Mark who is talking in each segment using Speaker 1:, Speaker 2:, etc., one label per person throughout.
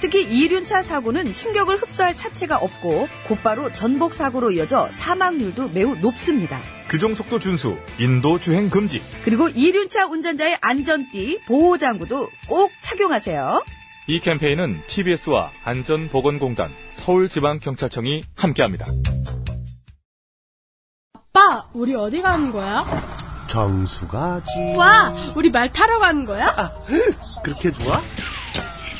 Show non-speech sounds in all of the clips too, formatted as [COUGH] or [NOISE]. Speaker 1: 특히 이륜차 사고는 충격을 흡수할 차체가 없고 곧바로 전복 사고로 이어져 사망률도 매우 높습니다.
Speaker 2: 규정속도 준수, 인도 주행 금지.
Speaker 1: 그리고 이륜차 운전자의 안전띠, 보호장구도 꼭 착용하세요.
Speaker 2: 이 캠페인은 TBS와 안전보건공단, 서울지방경찰청이 함께합니다.
Speaker 3: 오빠, 우리 어디 가는 거야?
Speaker 4: 정수 가지.
Speaker 3: 와, 우리 말 타러 가는 거야?
Speaker 4: 그렇게 좋아?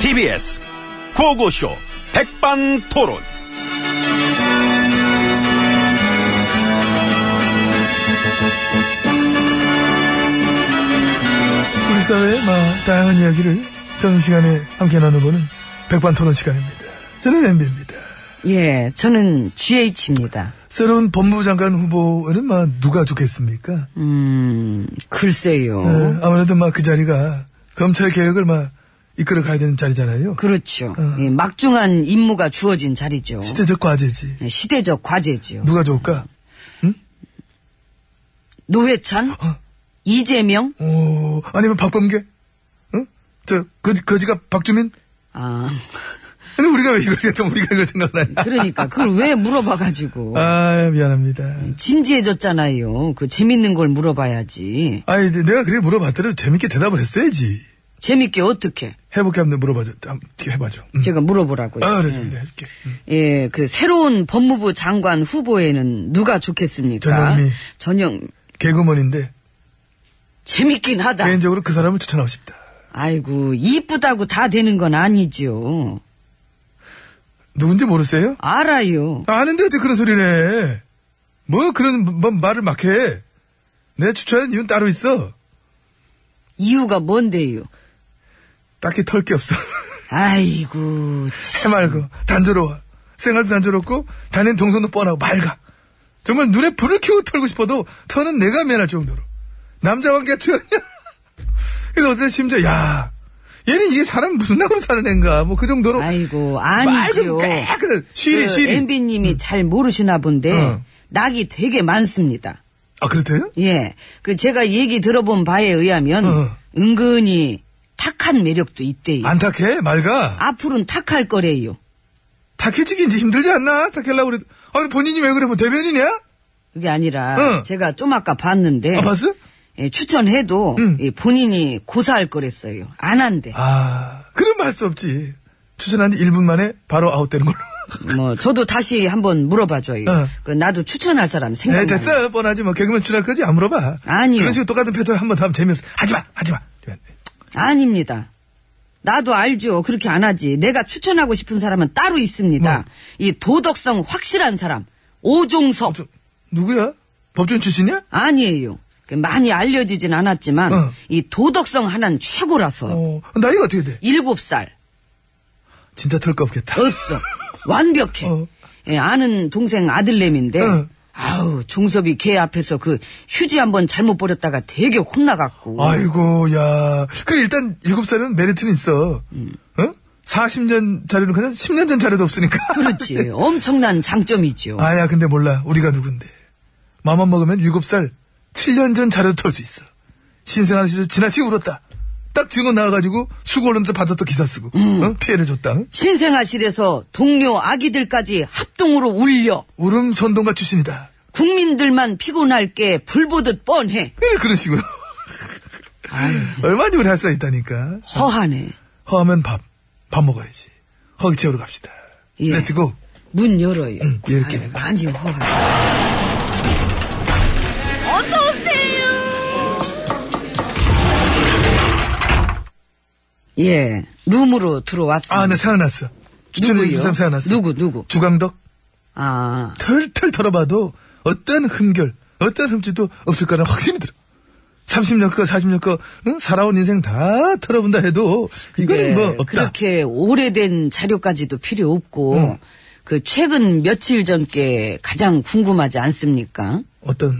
Speaker 5: TBS 고고쇼 백반토론.
Speaker 6: 우리 사회의 막 다양한 이야기를 점심시간에 함께 나눠보는 백반토론 시간입니다. 저는 MB입니다.
Speaker 7: 예, 저는 GH입니다.
Speaker 6: 새로운 법무부 장관 후보에는 막 누가 좋겠습니까?
Speaker 7: 음, 글쎄요.
Speaker 6: 네, 아무래도 막 그 자리가 검찰 개혁을 막 이끌어 가야 되는 자리잖아요.
Speaker 7: 그렇죠.
Speaker 8: 네.
Speaker 7: 예, 막중한 임무가 주어진 자리죠.
Speaker 6: 시대적 과제지.
Speaker 7: 예, 시대적 과제지요.
Speaker 6: 누가 좋을까?
Speaker 7: 노회찬?
Speaker 8: 어?
Speaker 7: 이재명?
Speaker 6: 오, 아니면 박범계? 응? 저, 거지, 거지가 박주민?
Speaker 7: 아,
Speaker 6: 아니, 우리가 왜 이걸, 또 우리가 이걸 생각을 하냐.
Speaker 7: 그러니까 그걸 왜 물어봐가지고.
Speaker 6: 아, 미안합니다.
Speaker 7: 진지해졌잖아요. 그 재밌는 걸 물어봐야지.
Speaker 6: 아니, 이제 내가 그래 물어봤더니 재밌게 대답을 했어야지.
Speaker 7: 재밌게 어떻게?
Speaker 6: 해볼게 하면 물어봐줘. 한번 어떻게 해봐줘. 음.
Speaker 7: 제가 물어보라고요.
Speaker 6: 아, 그래, 좀 내가 해줄게. 음.
Speaker 7: 예, 그 새로운 법무부 장관 후보에는 누가 좋겠습니까?
Speaker 6: 전영미.
Speaker 7: 전영
Speaker 6: 개그먼인데,
Speaker 7: 재밌긴 하다.
Speaker 6: 개인적으로 그 사람을 추천하고 싶다.
Speaker 7: 아이고 이쁘다고 다 되는 건 아니죠.
Speaker 6: 누군지 모르세요?
Speaker 7: 알아요.
Speaker 6: 아는데 어떻게 그런 소리를 해? 뭐 그런 뭐 말을 막 해? 내 추천하는 이유는 따로 있어.
Speaker 7: 이유가 뭔데요?
Speaker 6: 딱히 털 게 없어. [LAUGHS]
Speaker 7: 아이고 참.
Speaker 6: 해맑고, 단조로워. 생활도 단조롭고, 다닌 동선도 뻔하고, 맑아. 정말 눈에 불을 켜고 털고 싶어도, 털은 내가 미안할 정도로. 남자 관계가 전혀. [LAUGHS] 그래서 어제 심지어, 야, 얘는 이게 사람 무슨 낙으로 사는 애인가. 뭐 그 정도로.
Speaker 7: 아이고
Speaker 6: 맑고
Speaker 7: 아니지요.
Speaker 6: 깨끗한
Speaker 7: 그
Speaker 6: 쉬리 쉬리.
Speaker 7: MB님이 잘 모르시나 본데
Speaker 6: 어.
Speaker 7: 낙이 되게 많습니다.
Speaker 6: 아 그렇대요?
Speaker 7: 예, 그 제가 얘기 들어본 바에 의하면
Speaker 6: 어.
Speaker 7: 은근히 탁한 매력도 있대요.
Speaker 6: 안 탁해 말가.
Speaker 7: 앞으로는 탁할 거래요.
Speaker 6: 탁해지기 이제 힘들지 않나? 탁해려고 그래. 아니 본인이 왜 그래? 뭐 대변이냐?
Speaker 7: 그게 아니라
Speaker 6: 어.
Speaker 7: 제가 좀 아까 봤는데
Speaker 6: 아 봤어?
Speaker 7: 예, 추천해도
Speaker 6: 음.
Speaker 7: 예, 본인이 고사할 거랬어요. 안 한대.
Speaker 6: 아 그럼 말 수 없지. 추천한 지 1분 만에 바로
Speaker 7: [LAUGHS]
Speaker 6: 아웃되는 걸로.
Speaker 7: 뭐 저도 다시 한번 물어봐줘요.
Speaker 6: 어.
Speaker 7: 그 나도 추천할 사람
Speaker 6: 네
Speaker 7: 생각나.
Speaker 6: 됐어 뻔하지 뭐 개그맨 출연할 거지 안 물어봐.
Speaker 7: 아니요.
Speaker 6: 그런 식으로 똑같은 패턴 한 번 더 하면 재미없어. 하지마 하지마.
Speaker 7: 아닙니다. 나도 알죠. 그렇게 안 하지. 내가 추천하고 싶은 사람은 따로 있습니다.
Speaker 6: 뭐?
Speaker 7: 이 도덕성 확실한 사람 오종섭
Speaker 6: 저, 누구야? 법조인 출신이야?
Speaker 7: 아니에요. 그 많이 알려지진 않았지만
Speaker 6: 어.
Speaker 7: 이 도덕성 하나는 최고라서
Speaker 6: 어 나이가 어떻게 돼?
Speaker 7: 일곱 살
Speaker 6: 진짜 털 거 없겠다.
Speaker 7: 없어 완벽해.
Speaker 6: 어.
Speaker 7: 예, 아는 동생 아들내미인데.
Speaker 6: 어.
Speaker 7: 아우, 종섭이 걔 앞에서 그 휴지 한번 잘못 버렸다가 되게 혼나갖고.
Speaker 6: 아이고, 야. 그래, 일단, 일곱 살은 메리트는 있어.
Speaker 7: 음.
Speaker 6: 어? 40년 자료는 그냥 10년 전 자료도 없으니까.
Speaker 7: 그렇지. 엄청난 장점이죠.
Speaker 6: 아야, 근데 몰라. 우리가 누군데. 맘만 먹으면 일곱 살, 7년 전 자료도 털 수 있어. 신생아는 시절 지나치게 울었다. 딱 증거 나와가지고 수고 언론들 받아 또 기사 쓰고.
Speaker 7: 음.
Speaker 6: 어? 피해를 줬다. 응?
Speaker 7: 신생아실에서 동료 아기들까지 합동으로 울려.
Speaker 6: 울음 선동가 출신이다.
Speaker 7: 국민들만 피곤할 게 불보듯 뻔해.
Speaker 6: 그래, 그런 식으로. [LAUGHS] 얼마나 우리 할 수가 있다니까.
Speaker 7: 허하네.
Speaker 6: 허하면 밥. 밥 먹어야지. 허기 채우러 갑시다.
Speaker 7: 예.
Speaker 6: 렛츠고.
Speaker 7: 문 열어요.
Speaker 6: 이렇게.
Speaker 7: 아유, 많이 허가. 어서 오세요. 예, 룸으로 들어왔습니다.
Speaker 6: 아, 나 생각났어. 추천해
Speaker 7: 누구요?
Speaker 6: 준 사람 생각났어.
Speaker 7: 누구, 누구?
Speaker 6: 주감독?
Speaker 7: 아,
Speaker 6: 털털 털어봐도 어떤 흠결, 어떤 흠집도 없을 거라는 확신이 들어. 30년 거, 40년 거, 응? 살아온 인생 다 털어본다 해도 이거는
Speaker 7: 예,
Speaker 6: 뭐 없다.
Speaker 7: 그렇게 오래된 자료까지도 필요 없고
Speaker 6: 응.
Speaker 7: 그 최근 며칠 전께 가장 궁금하지 않습니까?
Speaker 6: 어떤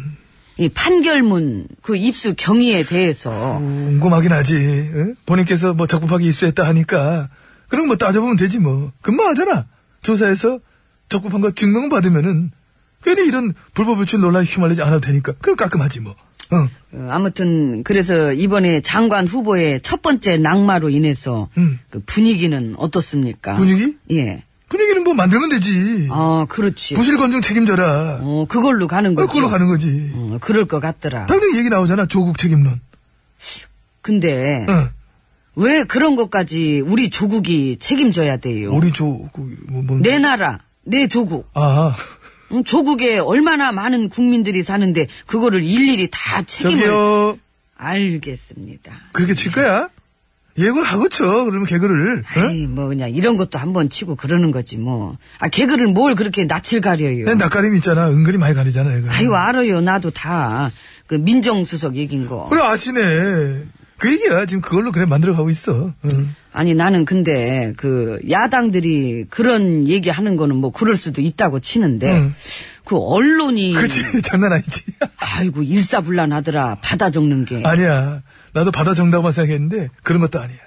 Speaker 7: 이 판결문 그 입수 경위에
Speaker 6: 어.
Speaker 7: 대해서
Speaker 6: 궁금하긴 하지. 응? 본인께서 뭐 적법하게 입수했다 하니까 그런 거 뭐 따져보면 되지 뭐. 금방 하잖아. 조사해서 적법한 거 증명받으면은 괜히 이런 불법 유출 논란에 휘말리지 않아도 되니까 그건 깔끔하지 뭐. 응.
Speaker 7: 어, 아무튼 그래서 이번에 장관 후보의 첫 번째 낙마로 인해서
Speaker 6: 음.
Speaker 7: 그 분위기는 어떻습니까?
Speaker 6: 분위기?
Speaker 7: 예.
Speaker 6: 분위기는 뭐 만들면 되지.
Speaker 7: 아 그렇지.
Speaker 6: 부실 검증 책임져라.
Speaker 7: 어 그걸로 가는 거지.
Speaker 6: 그걸로 가는 거지.
Speaker 7: 어, 그럴 것 같더라.
Speaker 6: 당장 얘기 나오잖아. 조국 책임론.
Speaker 7: 근데
Speaker 6: 응.
Speaker 7: 왜 그런 것까지 우리 조국이 책임져야 돼요?
Speaker 6: 우리 조국 뭐, 뭐.
Speaker 7: 네. 내 나라, 내 조국.
Speaker 6: 아.
Speaker 7: 음, 조국에 얼마나 많은 국민들이 사는데 그거를 일일이 다 책임을
Speaker 6: 저기요.
Speaker 7: 알겠습니다.
Speaker 6: 그렇게 칠 거야? 예고를 하고 쳐. 그러면 개그를. 응?
Speaker 7: 아이 뭐 그냥 이런 것도 한번 치고 그러는 거지 뭐. 아 개그를 뭘 그렇게 낯을 가려요.
Speaker 6: 내 낯가림 있잖아. 은근히 많이 가리잖아, 얘가.
Speaker 7: 아유 알아요 나도 다 그 민정수석 얘긴 거.
Speaker 6: 그래, 아시네. 그 얘기야. 지금 그걸로 그래 만들어가고 있어. 응.
Speaker 7: 아니 나는 근데 그 야당들이 그런 얘기하는 거는 뭐 그럴 수도 있다고 치는데
Speaker 6: 응.
Speaker 7: 그 언론이
Speaker 6: 음. 그치? [LAUGHS] 장난 아니지.
Speaker 7: 아이고 일사불란하더라 받아 적는 게.
Speaker 6: 아니야. 나도 받아 정답만 생각했는데 그런 것도 아니야.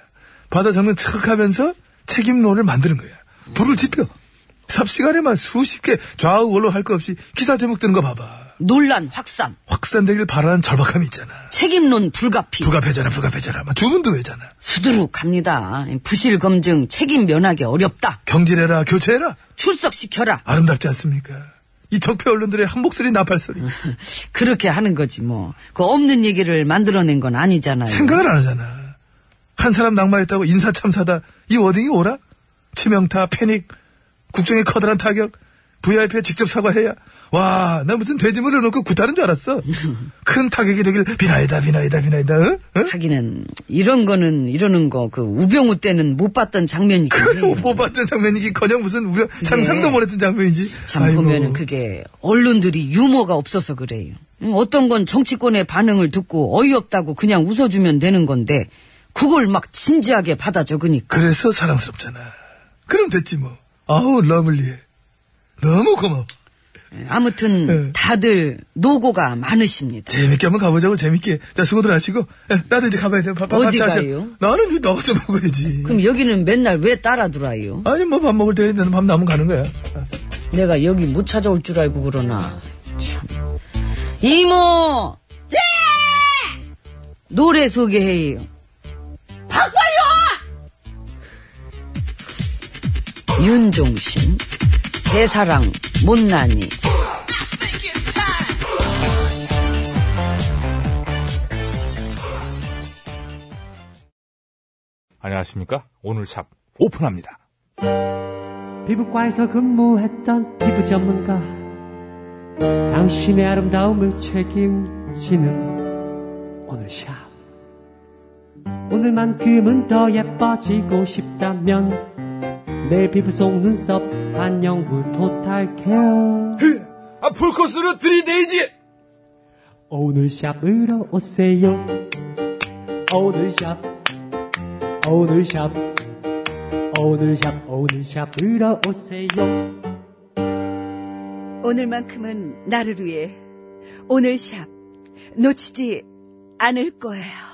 Speaker 6: 받아 적는 척 하면서 책임론을 만드는 거야. 불을 지펴. 삽시간에만 수십 개 좌우 원로 할 거 없이 기사 제목 뜨는 거 봐봐.
Speaker 7: 논란 확산
Speaker 6: 확산되길 바라는 절박함이 있잖아.
Speaker 7: 책임론 불가피.
Speaker 6: 불가패잖아, 불가패잖아. 뭐 막 주문도 외잖아.
Speaker 7: 수두룩 갑니다. 부실 검증 책임 면하기 어렵다.
Speaker 6: 경질해라, 교체해라.
Speaker 7: 출석시켜라.
Speaker 6: 아름답지 않습니까? 이 적폐 언론들의 한 목소리 나팔 소리.
Speaker 7: 음. 그렇게 하는 거지 뭐. 그 없는 얘기를 만들어낸 건 아니잖아요.
Speaker 6: 생각을 안 하잖아. 한 사람 낙마했다고 인사 참사다. 이 워딩이 오라? 치명타, 패닉, 국정의 커다란 타격, VIP에 직접 사과해야. 와, 나 무슨 돼지물을 넣고 구타는
Speaker 7: [LAUGHS]
Speaker 6: 줄 알았어. 큰 타격이 되길 비나이다, 비나이다, 비나이다. 응? 응?
Speaker 7: 네. 하기는 이런 거는 이러는 거 그 우병우 때는 못 봤던 장면이긴 해요.
Speaker 6: 그 뽑았던 장면이기 커녕 무슨 우연,
Speaker 7: 네.
Speaker 6: 상상도 못했던 장면이지.
Speaker 7: 참
Speaker 6: 아이고.
Speaker 7: 보면은 그게 언론들이 유머가 없어서 그래요. 음, 어떤 건 정치권의 반응을 듣고 어이없다고 그냥 웃어주면 되는 건데 그걸 막 진지하게 받아 적으니까
Speaker 6: 그래서 사랑스럽잖아. 그럼 됐지 뭐. 아우 러블리해. 너무 고마워.
Speaker 7: 아무튼
Speaker 6: 네.
Speaker 7: 다들 노고가 많으십니다.
Speaker 6: 재밌게 한번 가보자고 재밌게. 자 수고들 하시고. 예, 나도 이제 가봐야 돼. 밥, 밥,
Speaker 7: 어디
Speaker 6: 밥 자시-
Speaker 7: 가요?
Speaker 6: 나는 왜 나가서 먹어야지.
Speaker 7: 그럼 여기는 맨날 왜 따라 들어와요?
Speaker 6: 아니 뭐 밥 먹을 때 나는 밥 남으면 가는 거야.
Speaker 7: 내가 여기 못 찾아올 줄 알고 그러나. 참. 이모! 노래 소개해요. 박파요! 윤종신, 대사랑, 못난이.
Speaker 2: 안녕하십니까? 오늘 샵 오픈합니다.
Speaker 9: 피부과에서 근무했던 피부 전문가 당신의 아름다움을 책임지는 오늘 샵 오늘만큼은 더 예뻐지고 싶다면 내 피부 속 눈썹 반영 후 토탈 케어
Speaker 8: 아, 풀코스로 들이대이지!
Speaker 9: 어, 오늘 샵으로 오세요 어, 오늘 샵 오늘 샵 오늘 샵 오늘 샵으로 오세요
Speaker 1: 오늘만큼은 나를 위해 오늘 샵 놓치지 않을 거예요.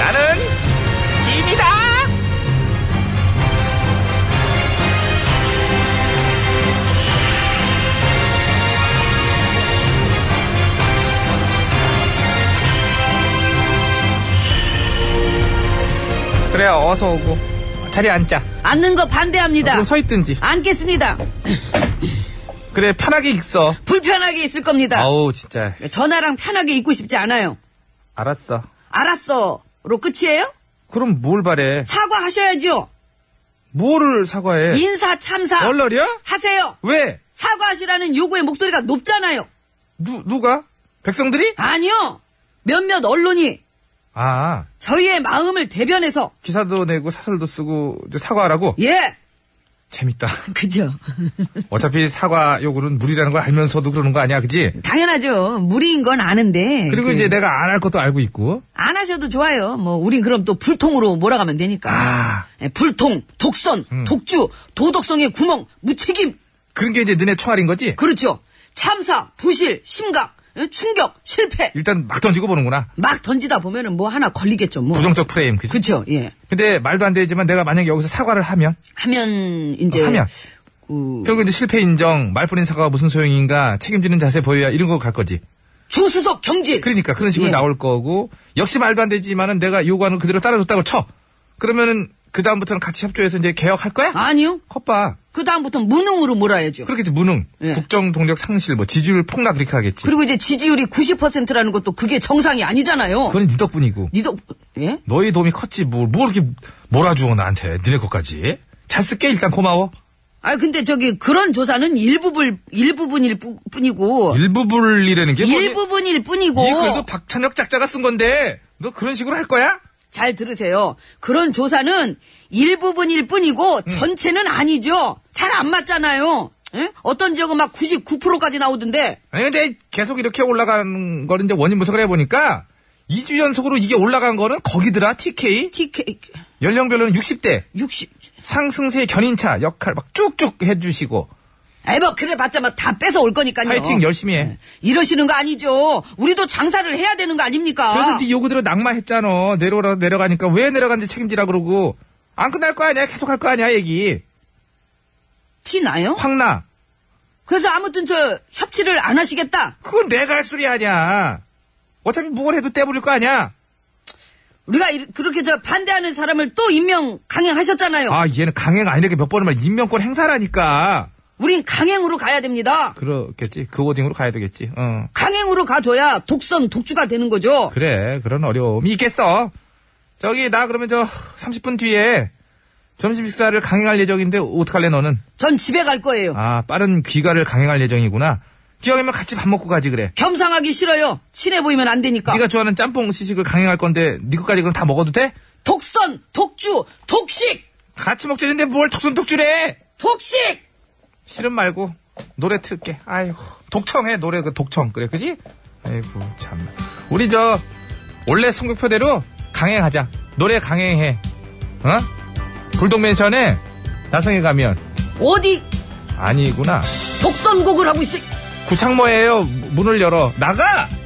Speaker 8: 나는 짐이다! 그래, 어서 오고.
Speaker 6: 자리에 앉자.
Speaker 7: 앉는 거 반대합니다.
Speaker 6: 아, 그럼 서 있든지.
Speaker 7: 앉겠습니다.
Speaker 6: 그래, 편하게 있어.
Speaker 7: 불편하게 있을 겁니다.
Speaker 6: 아우, 진짜.
Speaker 7: 전화랑 편하게 있고 싶지 않아요.
Speaker 6: 알았어.
Speaker 7: 알았어로 끝이에요?
Speaker 6: 그럼 뭘 바래?
Speaker 7: 사과하셔야죠.
Speaker 6: 뭐를 사과해?
Speaker 7: 인사 참사
Speaker 6: 예. 얼러리야?
Speaker 7: 하세요.
Speaker 6: 왜?
Speaker 7: 사과하시라는 요구의 목소리가 높잖아요.
Speaker 6: 누, 누가? 백성들이?
Speaker 7: 아니요. 몇몇 언론이
Speaker 6: 아,
Speaker 7: 저희의 마음을 대변해서
Speaker 6: 기사도 내고 사설도 쓰고 이제 사과하라고?
Speaker 7: 예.
Speaker 6: 재밌다. [LAUGHS]
Speaker 7: 그죠.
Speaker 6: 어차피 사과 요구는 무리라는 걸 알면서도 그러는 거 아니야, 그지?
Speaker 7: 당연하죠. 무리인 건 아는데.
Speaker 6: 그리고
Speaker 7: 그,
Speaker 6: 이제 내가 안 할 것도 알고 있고.
Speaker 7: 안 하셔도 좋아요. 뭐 우린 그럼 또 불통으로 몰아가면 되니까.
Speaker 6: 아. 음.
Speaker 7: 예, 불통, 독선, 독주, 도덕성의 구멍, 무책임.
Speaker 6: 그런 게 이제 너네 총알인 거지?
Speaker 7: 그렇죠. 참사, 부실, 심각, 예, 충격, 실패.
Speaker 6: 일단 막 던지고 보는구나.
Speaker 7: 막 던지다 보면은 뭐 하나 걸리겠죠, 뭐.
Speaker 6: 부정적 프레임, 그지?
Speaker 7: 그렇죠. 예.
Speaker 6: 근데 말도 안 되지만 내가 만약에 여기서 사과를 하면
Speaker 7: 하면 이제
Speaker 6: 어, 하면.
Speaker 7: 그
Speaker 6: 결국 이제 실패 인정, 말뿐인 사과가 무슨 소용인가, 책임지는 자세 보여야 이런 거 갈 거지.
Speaker 7: 조수석 경질.
Speaker 6: 그러니까 그런 식으로
Speaker 7: 예.
Speaker 6: 나올 거고 역시 말도 안 되지만은 내가 요구하는 거 그대로 따라줬다고 쳐. 그러면은 그 다음부터는 같이 협조해서 이제 개혁할 거야?
Speaker 7: 아니요.
Speaker 6: 컵봐.
Speaker 7: 그 다음부터 무능으로 몰아야죠.
Speaker 6: 그렇게 이제 무능,
Speaker 7: 예.
Speaker 6: 국정 동력 상실, 뭐 지지율 폭락 그렇게 하겠지.
Speaker 7: 그리고 이제 지지율이 90%라는 것도 그게 정상이 아니잖아요.
Speaker 6: 그건 네 덕분이고.
Speaker 7: 니도 예?
Speaker 6: 너희 도움이 컸지 뭘, 뭘 이렇게 몰아주어 나한테 니네 것까지. 잘 쓸게 일단 고마워.
Speaker 7: 아 근데 저기 그런 조사는 일부분 일부분일 뿌- 뿐이고
Speaker 6: 일부분이라는 예, 게 뭐니?
Speaker 7: 어. 일부분일 뿐이고
Speaker 6: 이 글도 박찬혁 작자가 쓴 건데 너 그런 식으로 할 거야?
Speaker 7: 잘 들으세요. 그런 조사는 일부분일
Speaker 6: 음.
Speaker 7: 뿐이고 전체는 아니죠. 잘 안 맞잖아요. 예? 어떤 지역은 막 99%까지 나오던데
Speaker 6: 아니 근데 계속 이렇게 올라가는 걸 이제 원인 분석을 해보니까 2주 연속으로 이게 올라간 거는 거기더라 TK
Speaker 7: TK
Speaker 6: 연령별로는 60대
Speaker 7: 60
Speaker 6: 상승세 견인차 역할 막 쭉쭉 해주시고
Speaker 7: 에이 뭐 그래 봤자 뭐 다 뺏어 올 거니까요.
Speaker 6: 파이팅 열심히 해
Speaker 7: 이러시는 거 아니죠. 우리도 장사를 해야 되는 거 아닙니까?
Speaker 6: 그래서 네 요구대로 낙마했잖아 내려오라 내려가니까 왜 내려간지 책임지라 그러고 안 끝날 거 아니야 계속 할 거 아니야 얘기
Speaker 7: 티 나요?
Speaker 6: 황나
Speaker 7: 그래서 아무튼 저 협치를 안 하시겠다.
Speaker 6: 그건 내가 할 소리 아니야 어차피 무얼 해도 떼부릴 거 아니야
Speaker 7: 우리가 이- 그렇게 저 반대하는 사람을 또 임명 강행하셨잖아요.
Speaker 6: 아 얘는 강행 아니라게 몇 번을 말 임명권 행사라니까
Speaker 7: 우린 강행으로 가야 됩니다.
Speaker 6: 그렇겠지 그 워딩으로 가야 되겠지 어.
Speaker 7: 강행으로 가줘야 독선 독주가 되는 거죠.
Speaker 6: 그래, 그런 어려움이 있겠어. 저기, 나 그러면 저, 30분 뒤에, 점심 식사를 강행할 예정인데, 어떡할래, 너는?
Speaker 7: 전 집에 갈 거예요.
Speaker 6: 아, 빠른 귀가를 강행할 예정이구나. 기왕이면 같이 밥 먹고 가지, 그래.
Speaker 7: 겸상하기 싫어요. 친해 보이면 안 되니까.
Speaker 6: 네가 좋아하는 짬뽕 시식을 강행할 건데, 네 것까지 그럼 다 먹어도 돼?
Speaker 7: 독선 독주 독식
Speaker 6: 같이 먹자는데 뭘 톡손톡질해!
Speaker 7: 독식
Speaker 6: 싫은 말고, 노래 틀게. 아이고. 독청해, 노래, 그 독청. 그래, 그지? 아이고, 참. 우리 저, 원래 성격표대로 강행하자. 노래 강행해. 어? 불독맨션에, 나성에 가면,
Speaker 7: 어디
Speaker 6: 아니구나.
Speaker 7: 독선곡을 하고 있어.
Speaker 6: 구창모예요. 문을 열어. 나가!